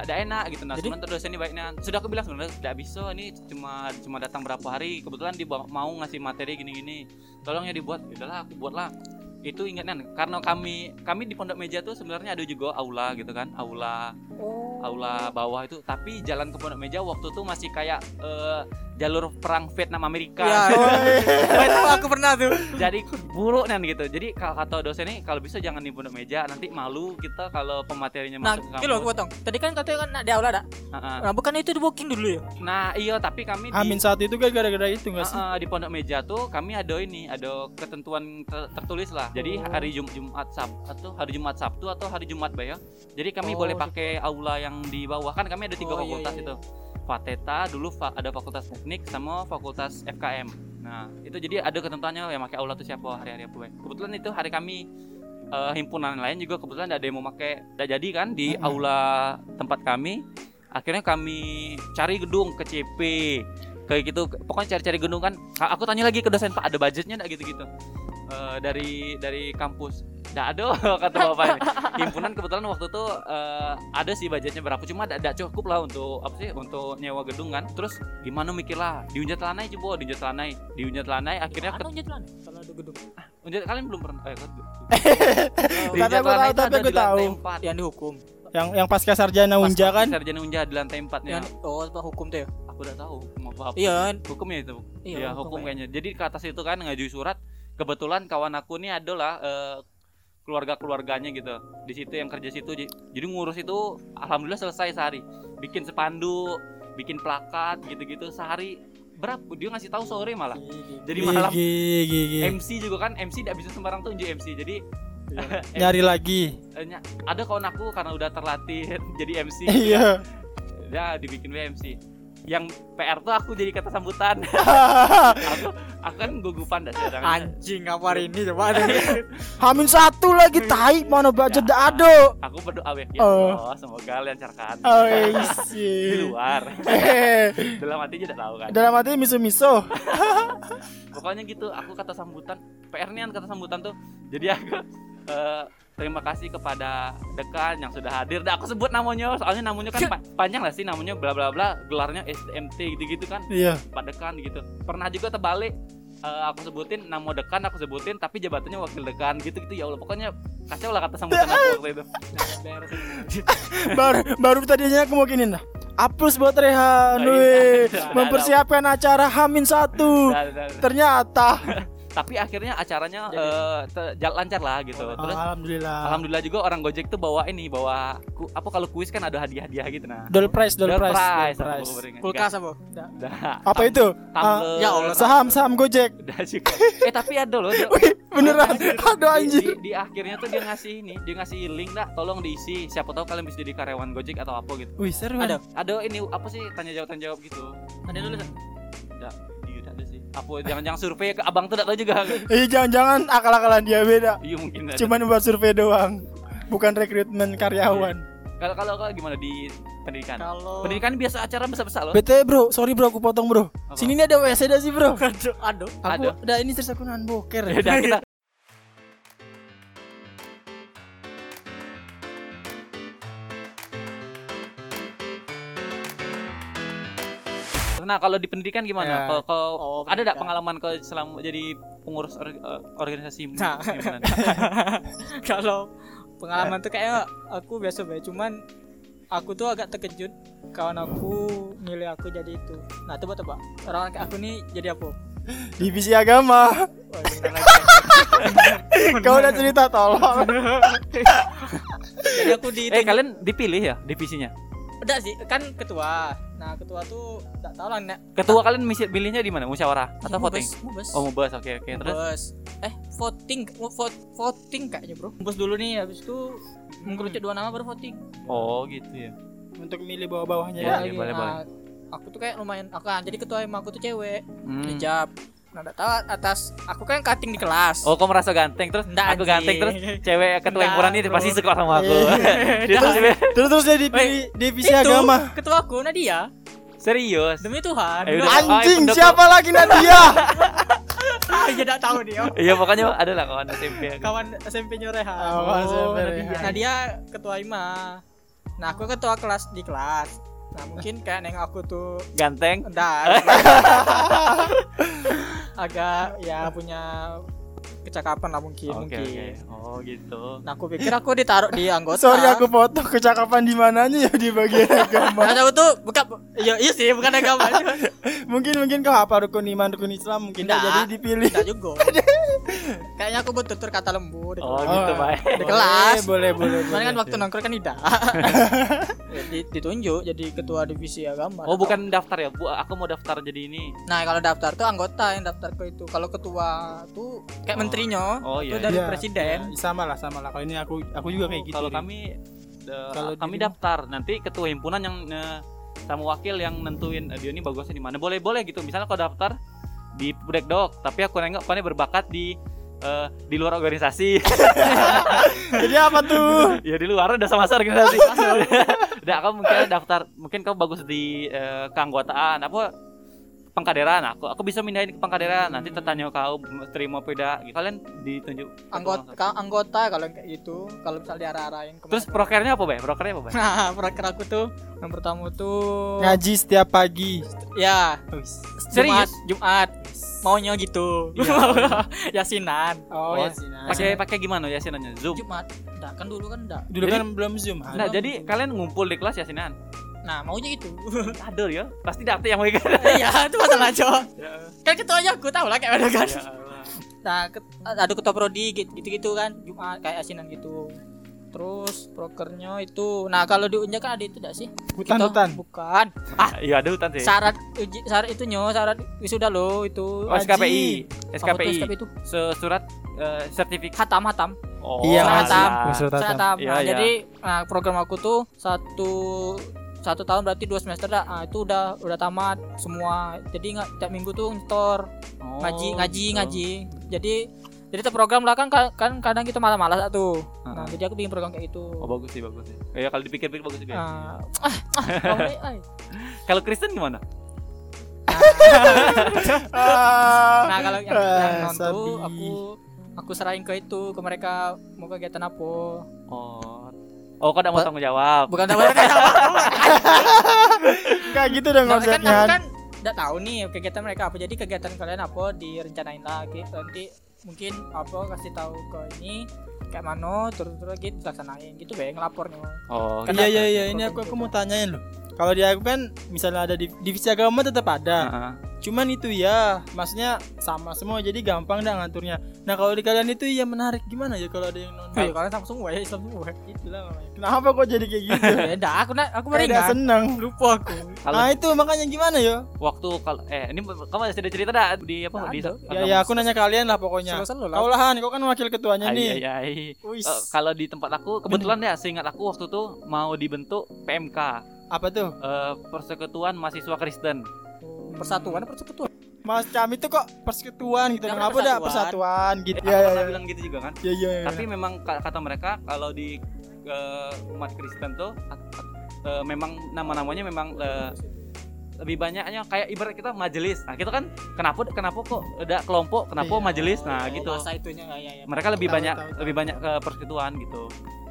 tidak enak gitu nah Jadi- sementara dosen ini baiknya sudah aku bilang sebenarnya tidak bisa ini cuma cuma datang berapa hari kebetulan dia bawa- mau ngasih materi gini gini tolong ya dibuat udahlah aku buatlah itu ingatan karena kami kami di pondok meja tuh sebenarnya ada juga aula gitu kan aula Oh. aula bawah itu tapi jalan ke pondok meja waktu itu masih kayak eh, jalur perang Vietnam Amerika ya itu aku pernah tuh jadi buruk nan gitu jadi kalau kata dosen nih kalau bisa jangan di pondok meja nanti malu kita kalau pematerinya nah masuk ke kilo aku kampus potong tadi kan katanya kan nak di aula dah Heeh. nah bukan itu di booking dulu ya nah iya tapi kami di Amin saat itu kan gara-gara itu enggak sih? Heeh, di pondok meja tuh kami ada ini ada ketentuan ter- tertulis lah jadi Oh. hari Jum- Jumat Sabtu atau hari Jumat Sabtu atau hari Jumat bayang jadi kami Oh, boleh di- pakai aula yang di bawah kan kami ada tiga Oh, iya, fakultas iya, itu Fateta dulu fa- ada fakultas teknik sama fakultas FKM nah itu jadi ada ketentuannya yang pakai aula tuh siapa hari-hari apa Bay. kebetulan itu hari kami eh, himpunan lain juga kebetulan ada yang mau pakai tidak jadi kan di Mm-mm. aula tempat kami akhirnya kami cari gedung ke CP kayak gitu pokoknya cari-cari gedung kan A- aku tanya lagi ke dosen pak ada budgetnya nggak gitu-gitu Eh, dari dari kampus Nggak ada kata bapaknya. Himpunan kebetulan waktu itu eh, ada sih budgetnya berapa cuma tidak cukup lah untuk apa sih untuk nyewa gedung kan. Terus gimana mikirlah diunjat lanai coba diunjat lanai diunjat lanai akhirnya Mana ket- unjat lan? Anu Kalau ada gedung. unjat kalian belum pernah eh, Tapi gua tahu, lanai tapi itu ada gua di lantai tahu. empat. Oh, Yang dihukum. yang yang pasca sarjana unja Pas kan sarjana unja di lantai empatnya. Yang oh apa hukum tuh ya? Aku udah tahu mau apa. Iya. Hukumnya itu. Iya, hukum ya. kayaknya. Jadi ke atas itu kan ngajuin surat. Kebetulan kawan aku nih adalah eh, keluarga-keluarganya gitu. Di situ yang kerja situ. Ji- Jadi ngurus itu alhamdulillah selesai sehari. Bikin spanduk, bikin plakat gitu-gitu sehari. Berapa? Dia ngasih tahu sore malah. Jadi malam gigi, gigi. MC juga kan MC tidak bisa sembarang tuh unjuk MC. Jadi nyari lagi eh, nya- ada kawan aku karena udah terlatih jadi MC. gitu iya ya dibikin WMC yang PR tuh aku jadi kata sambutan aku aku kan gugupan dah sekarang Anjing apa hari ini coba ada. Hamin satu lagi tai mana baca Ya. dak ado. aku berdoa ya Oh. Allah semoga lancarkan Oh iya. di isi. luar Eh, dalam hati tidak tahu kan Dalam hati miso-miso. pokoknya gitu aku kata sambutan PR nian kata sambutan tuh jadi aku eh, terima kasih kepada dekan yang sudah hadir dah aku sebut namanya soalnya namanya kan pa- panjang lah sih namanya bla bla bla gelarnya SMT gitu gitu kan Iya. Pak Dekan gitu. Pernah juga terbalik eh, aku sebutin nama dekan aku sebutin tapi jabatannya wakil dekan gitu gitu ya Allah pokoknya kacau lah kata sambutan aku waktu itu Nah, Baru baru tadi aja aku mau giniin dah. Apus buat Rehan, Oh, iya. weh. Ada, ada. mempersiapkan acara Hamin satu. Nah, nah, nah. Ternyata. tapi akhirnya acaranya Jadi- eh, te- jalan lancar lah gitu Oh. terus Ah. Alhamdulillah. alhamdulillah juga orang Gojek tuh bawa ini bawa ku- apa kalau kuis kan ada hadiah-hadiah gitu nah Doll price, doll Door price, doll prize, aku price. beringat. Kulkas apa? Dah. Apa Tam- itu? Ah, tumbler. Ya Allah. Saham, saham Gojek. Dah juga. eh tapi ada loh Jo. Wih, beneran. Aduh Di- anjir. Di, di akhirnya tuh dia ngasih ini, dia ngasih link dah, tolong diisi. Siapa tahu kalian bisa jadi karyawan Gojek atau apa gitu. Wih, seru. Ada. Ada ini apa sih tanya jawab tanya jawab gitu. Ada tulisan. Enggak, iya enggak ada sih. Apa jangan-jangan survei ke abang tuh enggak tahu juga. Eh, jangan-jangan akal-akalan dia beda. Iya mungkin. ada. Cuman buat survei doang. Bukan rekrutmen karyawan. kalau kalau kalau gimana di pendidikan? Kalau Pendidikan biasa acara besar-besar loh. BTW bro, sorry bro aku potong bro. Apa? Sini ini ada WC dah sih bro. aduh aduh. Aku Ada. udah ini terus aku nahan boker. Ya udah, kita Nah, kalau di pendidikan Ya. gimana? Kalau kalau- Oh, ada enggak pendidikan. pengalaman kalau selama jadi pengurus or- eh, organisasi Eh, Nah. himpunan? kalau pengalaman Eh. tuh kayaknya aku biasa baik cuman aku tuh agak terkejut kawan aku milih aku jadi itu nah coba coba orang kayak aku nih jadi apa Divisi agama. Wah, bener lagi. Kau udah cerita tolong. jadi aku di Eh, kalian dipilih ya divisinya? udah sih kan ketua nah ketua tuh nggak tahu lah nek Ketua kalian misi- milihnya di mana? Musyawarah atau voting? mubes Oh, mubas. Oke, oke. Terus mubes eh voting mu- vot- voting kayaknya bro mubes dulu nih habis itu Hmm. mengkerucut dua nama baru voting Nah, oh, gitu ya. Untuk milih bawah-bawahnya Iya, ya. iya, boleh, boleh. aku tuh kayak lumayan aku kan jadi ketua emang aku tuh cewek Hmm. hijab nah nggak tahu atas aku kan cutting di kelas Oh, kok merasa ganteng terus? Nggak, aku ganteng anjing. terus cewek ketua Nggak, Iya. himpunan ini bro. pasti suka sama aku. Dia Terus, pasti- terus terus dia dipilih divisi agama. ketua aku Nadia serius. demi Tuhan Eh, udah. Aduh, Anjing pendukung. siapa lagi Nadia? ah, ya nggak tahu dia Iya, pokoknya ada lah kawan SMP. aku. kawan SMP nya Rehan Oh, kawan SMP Rehan. Nadia ketua IMA nah aku ketua kelas di kelas nah mungkin kayak neng aku tuh Ganteng. enggak agak ya punya kecakapan lah mungkin Oke, Iya, mungkin oke. Oh, gitu. nah aku pikir aku ditaruh di anggota Sorry aku potong kecakapan di mananya ya di bagian agama. Nah, aku tuh bukan iya, iya sih bukan agama mungkin mungkin kau apa rukun iman rukun Islam mungkin Nggak. jadi dipilih. Enggak juga. Kayaknya aku buat tutur kata lembu. di Oh, kelas. gitu, Iya, Oh, Pak. Di kelas. Boleh boleh. Cuman kan waktu nongkrong kan tidak. Ya, di- ditunjuk jadi ketua divisi agama. Oh, bukan daftar ya, Bu. Aku mau daftar jadi ini. Nah, kalau daftar tuh anggota yang daftar ke itu. Kalau ketua tuh kayak Oh. menterinya. Oh, itu iya, dari Iya, presiden. iya, sama lah sama lah. Kalau ini aku aku juga kayak gitu. Kalau Ri. kami eh, Kalau kami diri- daftar, nanti ketua himpunan yang eh, sama wakil yang nentuin eh, dia ini bagusnya di mana. Boleh-boleh gitu. Misalnya kau daftar di Breakdog, tapi aku nengok kau ini berbakat di eh, di luar organisasi. Jadi apa tuh? ya di luar udah sama-sama organisasi udah kamu mungkin daftar mungkin kamu bagus di eh, keanggotaan apa Pangkaderan aku aku bisa mindahin ke Pangkaderan nanti tertanya kau terima beda gitu. kalian ditunjuk anggota ka- anggota kalau kayak gitu kalau misal diarah-arahin kemana- terus prokernya apa bay prokernya apa bay nah proker aku tuh yang pertama tuh Ngaji setiap pagi. ya Wis. Serius? Iya. Jumat Jumat maunya gitu yasinan Oh, Oh, ya sih, nah. pakai pakai gimana yasinannya zoom Jumat enggak kan dulu kan enggak Dulu kan belum zoom. nah jadi kalian ngumpul di kelas yasinan nah maunya gitu ada ya pasti data yang mau ikut iya itu masalah cowok kan ketuanya aku tahu lah kayak mana kan Ya Allah. nah ket, ada ketua prodi gitu gitu kan Jumat kayak asinan gitu terus prokernya itu nah kalau di Unja kan ada itu enggak sih hutan Kita- hutan. bukan iya ada hutan sih syarat uji, syarat itu nyo syarat wisuda lo itu Oh, SKPI Apa tuh SKPI itu Se- surat eh, sertifikat hatam hatam oh, Iya, Mas. alah. Surat Saya hatam. tahap. Iya, Nah, iya. jadi nah, program aku tuh satu satu tahun berarti dua semester dah. Nah, itu udah udah tamat semua. Jadi nggak tiap minggu tuh ntor Oh, ngaji ngaji gitu. ngaji. Jadi jadi terprogram lah kan ka- kan kadang kita malas-malas tuh. Nah, Ah. jadi aku bikin program kayak itu. Oh bagus sih bagus sih. Ya kalau dipikir-pikir bagus sih. Bay. Ah, ah, ah, kamu nih, ay. Kalau Kristen gimana? Ah, nah kalau yang, yang Eh, Ah, non sabi. tuh aku aku serahin ke itu ke mereka mau kegiatan apa Oh. Oh, kau tidak mau Ba- tanggung jawab. bukan apa Enggak gitu dong Nah, kan konsepnya. aku kan nggak tahu nih kegiatan mereka apa. Jadi kegiatan kalian apa direncanain lagi nanti mungkin apa kasih tahu ke ini kayak mana terus terus gitu dilaksanain gitu be ngelapornya. Oh. Iya Kenapa? iya iya ini aku aku mau tanyain loh. Kalau di aku kan misalnya ada di divisi agama tetap ada. Heeh. Cuman itu ya, maksudnya sama semua jadi gampang dah ngaturnya. Nah, kalau di kalian itu ya menarik gimana ya kalau ada yang non Iya. Wih, kalian sama semua ya Islam semua. Itulah namanya. Kenapa kok jadi kayak gitu? Beda aku na- aku Kayak nggak meringan. seneng. Lupa aku. Kalau Nah, itu makanya gimana ya? waktu kalau eh ini kamu ada cerita dah di apa Nggak di ada. Ya ya aku nanya kalian lah pokoknya. Selalu Kau lah. lah Han, kau kan wakil ketuanya Ai, ai, nih. ai. Wis. iya, Eh, kalau di tempat aku kebetulan ya seingat aku waktu itu mau dibentuk PMK Apa tuh? eh, Persekutuan Mahasiswa Kristen Persatuan apa persekutuan? Mas kami tuh kok persekutuan gitu. Yang Kenapa dah persatuan gitu. Ya ya aku pernah ya. bilang gitu juga kan Ya ya. ya. tapi memang ka- kata mereka kalau di eh, umat Kristen tuh eh, memang nama-namanya memang eh, lebih banyaknya kayak ibarat kita majelis nah kita kan kenapa kenapa kok ada kelompok kenapa Iya. majelis nah gitu Oh, Masa itunya ya, ya, ya. mereka lebih Tahu, banyak tahu, tahu. lebih banyak ke persekutuan gitu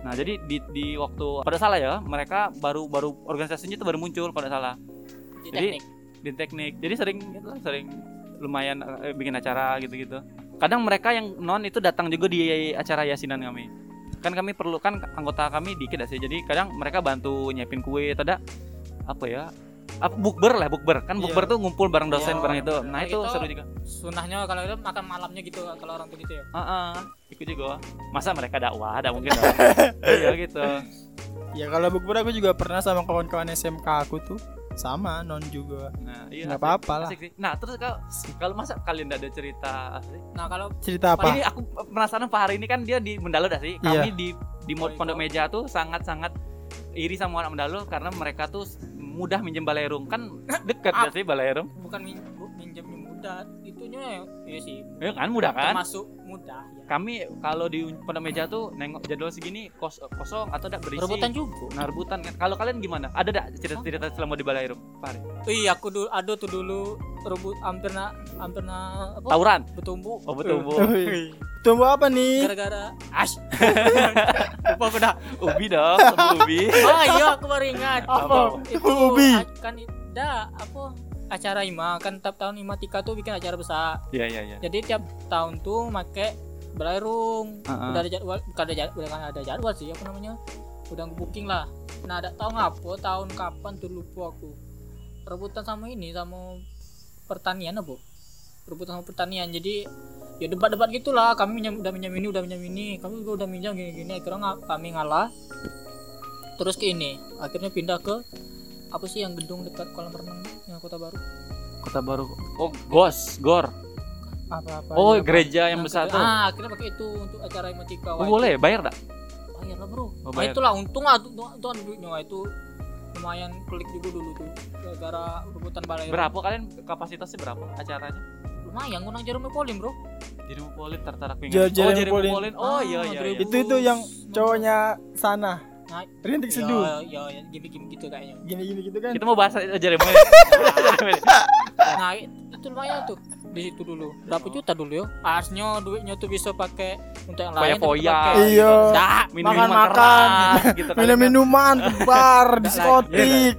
nah jadi di, di waktu pada salah ya mereka baru baru organisasinya itu baru muncul pada salah Di Jadi- teknik. di teknik jadi sering gitu lah, sering lumayan eh, bikin acara gitu-gitu kadang mereka yang non itu datang juga di acara yasinan kami kan kami perlu kan anggota kami dikit dah sih jadi kadang mereka bantu nyiapin kue atau ada apa ya apa bukber lah bukber kan Iya. bukber tuh ngumpul bareng dosen Iya, bareng itu nah Kayak itu gitu. seru juga Sunahnya kalau itu makan malamnya gitu kalau orang tuh gitu ya. Heeh, ikut juga masa mereka dakwah ada mungkin dong. iya gitu Ya kalau bukber aku juga pernah sama kawan-kawan SMK aku tuh sama non juga. nah iya Enggak asik- apa-apa lah. asik sih. nah terus kalau kalau masa kalian tidak ada cerita asik? Nah, kalau Cerita apa? Ini aku penasaran Pak hari ini kan dia di Mendalo dah sih. Kami di di mod pondok meja tuh sangat-sangat iri sama orang Mendalo karena mereka tuh mudah minjem balairung kan dekat dah sih balairung. bukan min- bu- minjemnya muda itunya ya iya sih Ya kan mudah kan? termasuk muda ya. Kami kalau di pondok meja tuh nengok jadwal segini kos- kosong atau tidak berisi. rebutan juga Nah, rebutan kan. Kalau kalian gimana? Ada enggak cerita-cerita selama di balairung? Pak Hari? iya aku dulu aduh tuh dulu rebut hampir na hampir na apa Tawuran. bertumbuh Oh iya. betul Bu. Wih. Tumbuh apa nih? gara-gara ash lupa aku dah Ubi dong, sama ubi. oh iya aku baru ingat Apa? itu Ubi. a- kan dah apa acara IMA kan tiap tahun IMA Tika tuh bikin acara besar Iya iya iya. jadi tiap tahun tuh make belarung Heeh. udah ada jadwal bukan ada jadwal, bukan ada jadwal sih apa namanya udah booking lah nah ada tahu ngapa tahun kapan tuh lupa aku rebutan sama ini sama pertanian apa rebutan sama pertanian jadi ya debat-debat gitulah kami minjam, udah minjam ini udah minjam ini kami juga udah minjam gini-gini akhirnya nga- kami ngalah terus ke ini akhirnya pindah ke apa sih yang gedung dekat kolam renang yang kota baru Kota baru. Oh, Gos, Gor. apa apa Oh, gereja yang besar tuh. ah akhirnya pakai itu untuk acara emotika Oh, boleh bayar enggak? bayar lah bro Oh, Nah, bayar. itulah untung lah untung, untung ada duitnya Wah, itu lumayan klik juga dulu tuh gara-gara rebutan balai Berapa kalian kapasitasnya berapa acaranya? lumayan ngundang Jerome Pauline bro Jeremy Polin tertar aku Jer- ingat. Jeremy Jeremy Pauline. Oh Ah, iya iya. Jeremy iya. Itu itu yang cowoknya sana. Nah, Rintik ya, seduh. ya, ya gimmick gimmick gitu kayaknya Gini-gini gitu kan. Kita mau bahas aja Jeremy. Jeremy. nah i- itu lumayan tuh di situ dulu Oh. berapa juta dulu ya harusnya duitnya tuh bisa pakai untuk yang lain tapi Foya-foya. pakai- Iya. Dah, Minuman Makan-makan. keras gitu kan. minum minuman ke bar diskotik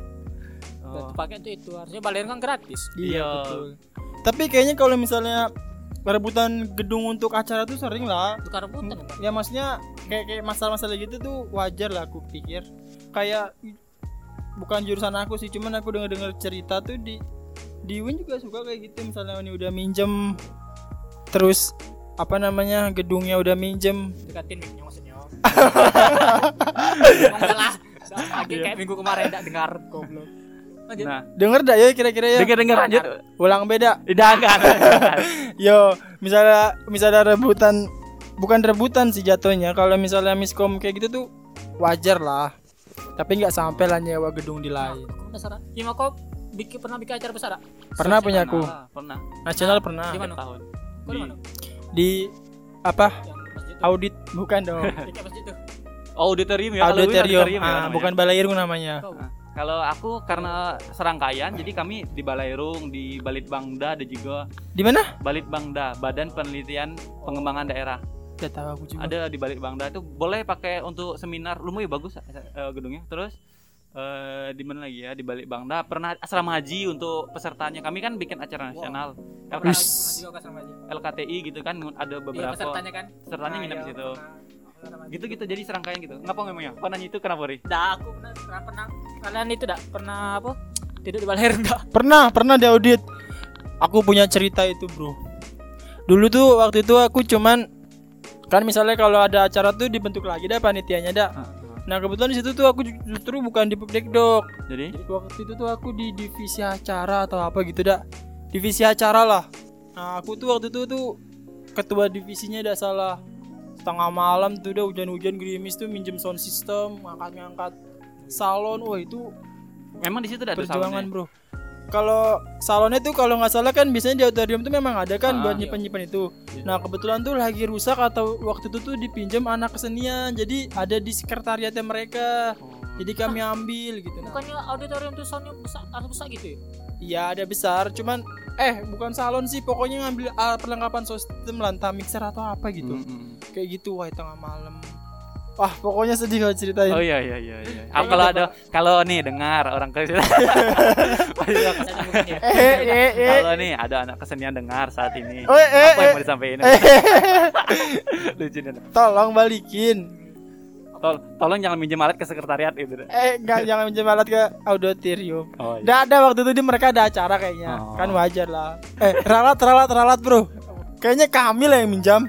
Oh. pakai tuh itu harusnya balerin kan gratis Iya. tapi kayaknya kalau misalnya perebutan gedung untuk acara tuh sering lah bukan Hmm. rebutan Pak. ya maksudnya kayak kayak masalah-masalah gitu tuh wajar lah aku pikir kayak i- bukan jurusan aku sih cuman aku denger dengar cerita tuh di di Win juga suka kayak gitu misalnya ini udah minjem terus apa namanya gedungnya udah minjem dekatin mic-nya maksudnya enggak lah Sama lagi kayak minggu kemarin enggak dengar goblok lanjut Iya. Nah, denger dak ya kira-kira ya denger denger lanjut. ulang beda Jangan. yo misalnya misalnya rebutan bukan rebutan sih jatuhnya kalau misalnya miskom kayak gitu tuh wajar lah tapi nggak sampai lah nyewa gedung di Nah, lain aku penasaran gimana kau bikin pernah bikin acara besar Kak? pernah punya Iya, aku Pernah, Nah, Pernah. nasional pernah Gimana? Tahun. kau di mana di apa yang Iya, masjid tuh audit bukan dong Yang kayak masjid tuh Ah, Auditorium ya. kalau Win auditorium auditorium ya ah, namanya. bukan balairung namanya kau Nah, Kalau aku karena serangkaian, jadi kami di Balairung, di Balitbangda, ada juga di mana Balitbangda, Badan Penelitian Pengembangan Daerah. tidak tahu aku juga Ada di Balitbangda itu boleh pakai untuk seminar, lumayan bagus eh, gedungnya. Terus eh, di mana lagi ya di Balitbangda pernah asrama haji untuk pesertanya. Kami kan bikin acara nasional Wis. LK- Kau pernah juga ke asrama aja LKTI gitu kan ada iya beberapa pesertanya kan pesertanya Nah, nginep iya, di situ. pernah. Aku asrama aja. Gitu-gitu jadi serangkaian gitu. Ngapa memangnya? Kau nanya itu kenapa, Ri? dah aku pernah pernah pernah kalian itu dah pernah apa tidur di balerin enggak pernah pernah di audit aku punya cerita itu bro dulu tuh waktu itu aku cuman kan misalnya kalau ada acara tuh dibentuk lagi dah panitianya dah nah kebetulan di situ tuh aku ju- justru bukan di Pekdekdok Jadi jadi waktu itu tuh aku di divisi acara atau apa gitu dah divisi acara lah nah aku tuh waktu itu tuh ketua divisinya dah salah setengah malam tuh udah hujan-hujan gerimis tuh minjem sound system ngangkat-ngangkat salon wah itu memang di situ ada perjuangan salonnya? bro kalau salonnya tuh kalau nggak salah kan biasanya di auditorium tuh memang ada kan Ah, Iya. buat iya. nyimpen nyimpen itu nah kebetulan tuh lagi rusak atau waktu itu tuh dipinjam anak kesenian jadi ada di sekretariatnya mereka jadi kami ambil gitu nah bukannya auditorium tuh soundnya besar harus besar gitu ya iya ada besar cuman eh bukan salon sih pokoknya ngambil ah, perlengkapan sistem lantah mixer atau apa gitu Mm-mm. kayak gitu wah tengah malam wah pokoknya sedih kalau ceritain Oh iya iya iya iya. Ah, kalau ada kalau nih dengar orang kesenian. Iya, Ada mungkin ya. eh eh eh eh kalau nih ada anak kesenian dengar saat eh, ini. eh, Apa eh, yang mau disampaikan? Lucu nih. tolong balikin Tol- tolong jangan minjem alat ke sekretariat gitu itu. eh nggak jangan minjem alat ke auditorium Oh Nggak ada waktu itu di mereka ada acara kayaknya. Oh. Kan wajar lah. Eh, ralat ralat ralat, Bro. Kayaknya kami lah yang minjam.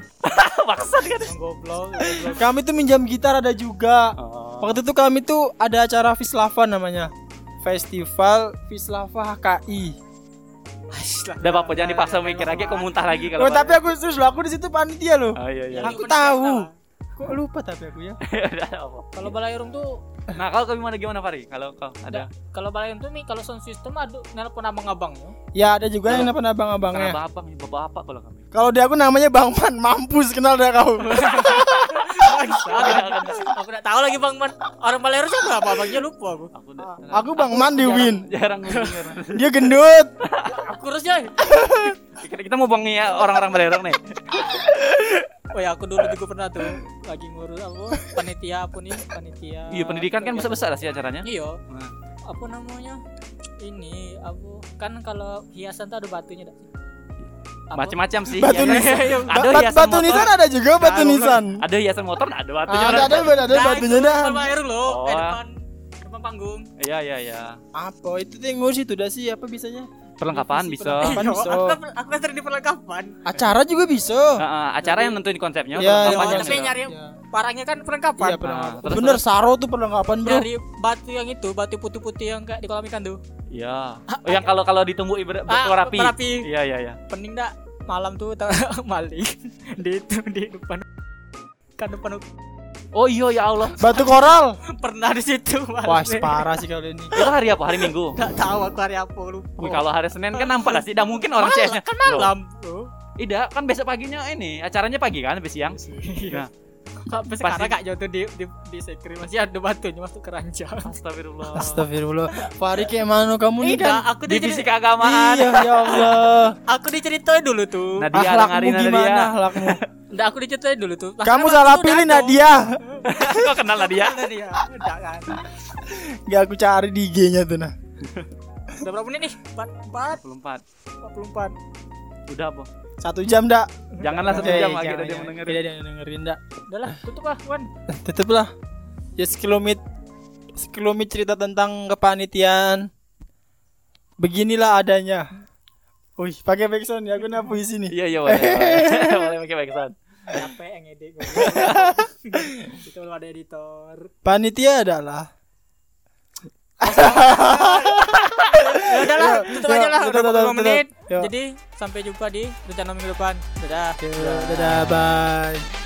Paksa kan. Emang goblok goblok. Kami tuh minjam gitar ada juga. Oh. Waktu itu kami tuh ada acara Fislava namanya. Festival Fislava HKI. Udah apa-apa jangan dipaksa mikir lagi aku muntah lagi kalau. Oh, tapi aku terus loh, aku di situ panitia loh. Oh iya iya. Aku Iya, tahu. pernah. Kok lupa tapi aku ya? Udah, apa. kalau balairung tuh Nah, kalau kau gimana gimana Fari? Kalau kau ada kalau balairung tuh mi kalau sound system aduh nelpon abang-abang ya. Ya, ada juga yang nelfon abang-abangnya. kenapa abang bapak kalau kami. Kalau dia aku namanya Bang Man, mampus kenal dah kau. Ya, aku nggak tahu lagi bang man orang balairung siapa apa abangnya lupa aku Aku udah aku Bang Man Iya. di Win. jarang ngomongin orang. Dia gendut. aku harusnya Kita, kita mau bangi ya orang-orang belerong nih. oh ya aku dulu juga pernah tuh lagi ngurus apa panitia apa nih panitia Iya pendidikan kan Bagian- besar-besar sih acaranya. iya Nah. apa namanya ini aku kan kalau hiasan tuh ada batunya dak Apa? Macam-macam sih. Batu ya kan? nisan. Ada Bat- hiasan batu motor. nisan ada juga batu Ada- nisan. Ah, Ada hiasan motor, ada batunya. Ada ada orang. ada ada Nah, batunya itu dah. depan balairung loh eh, Oh. depan depan panggung Iya iya iya. Apa itu tuh yang ngurus itu dah sih apa bisanya? Perlengkapan bisa. Perlengkapan bisa. aku kan aku kan sering di perlengkapan Acara juga bisa. Heeh, acara yang nentuin konsepnya. Iya, perlengkapan iya, yang gitu. tapi bisa. nyari Iya. parangnya kan perlengkapan Iya perlengkapan. terus- Bener Saro tuh perlengkapan bro. dari batu yang itu batu putih-putih yang kayak di kolam ikan tuh Iya. Ah, Oh, yang kalau kalau ditumbuhi ber berkuah rapi. berapi. Iya iya iya. pening dak malam tuh tau- maling di itu di depan kan depan Oh iya ya Allah. Batu koral. pernah di situ malam. Wah parah sih kalau ini. Itu hari apa? Hari Minggu. nggak tahu aku hari apa lupa Wih, kalau hari Senin kan nampak lah sih, tidak mungkin orang Malam, CS-nya. kan malam tuh Iya Tidak, kan besok paginya ini acaranya pagi kan, habis siang. Nah, sampai sekarang kak jatuh di di, di sekri masih ada batunya masuk keranjang Astagfirullah. Astagfirullah. Farid kayak mana kamu nih Enggak, kan? aku Di diceri- visi keagamaan. Iya ya Allah. aku diceritain dulu tuh Nadia Akhlakmu dengerin gimana Nadia. akhlakmu? Nggak, aku diceritain dulu tuh Lah, Kamu kan salah waktu itu pilih udah dong. Nadia. Kok kenal Nadia? Nadia udah kan Gak aku cari di IG-nya tuh nah. udah berapa menit nih empat empat 24. empat puluh empat Udah, Bo. Satu jam dak. Janganlah satu Eh, jam lagi jangan, ada dia jangan. mendengarin. Tidak ada yang dengerin dak. udah lah tutup lah Wan Tetep lah. Ya sekilomit sekilomit cerita tentang kepanitiaan. Beginilah adanya. Wih, pakai backsound ya, aku napu di sini. Iya, iya, boleh. boleh. Boleh pakai backsound. capek yang edit gue. E itu belum ada editor Panitia adalah ya udah lah tutup Yuk, aja lah tutup, udah tutup, 40 menit tutup. Yuk. jadi sampai jumpa di rencana minggu depan dadah dadah bye.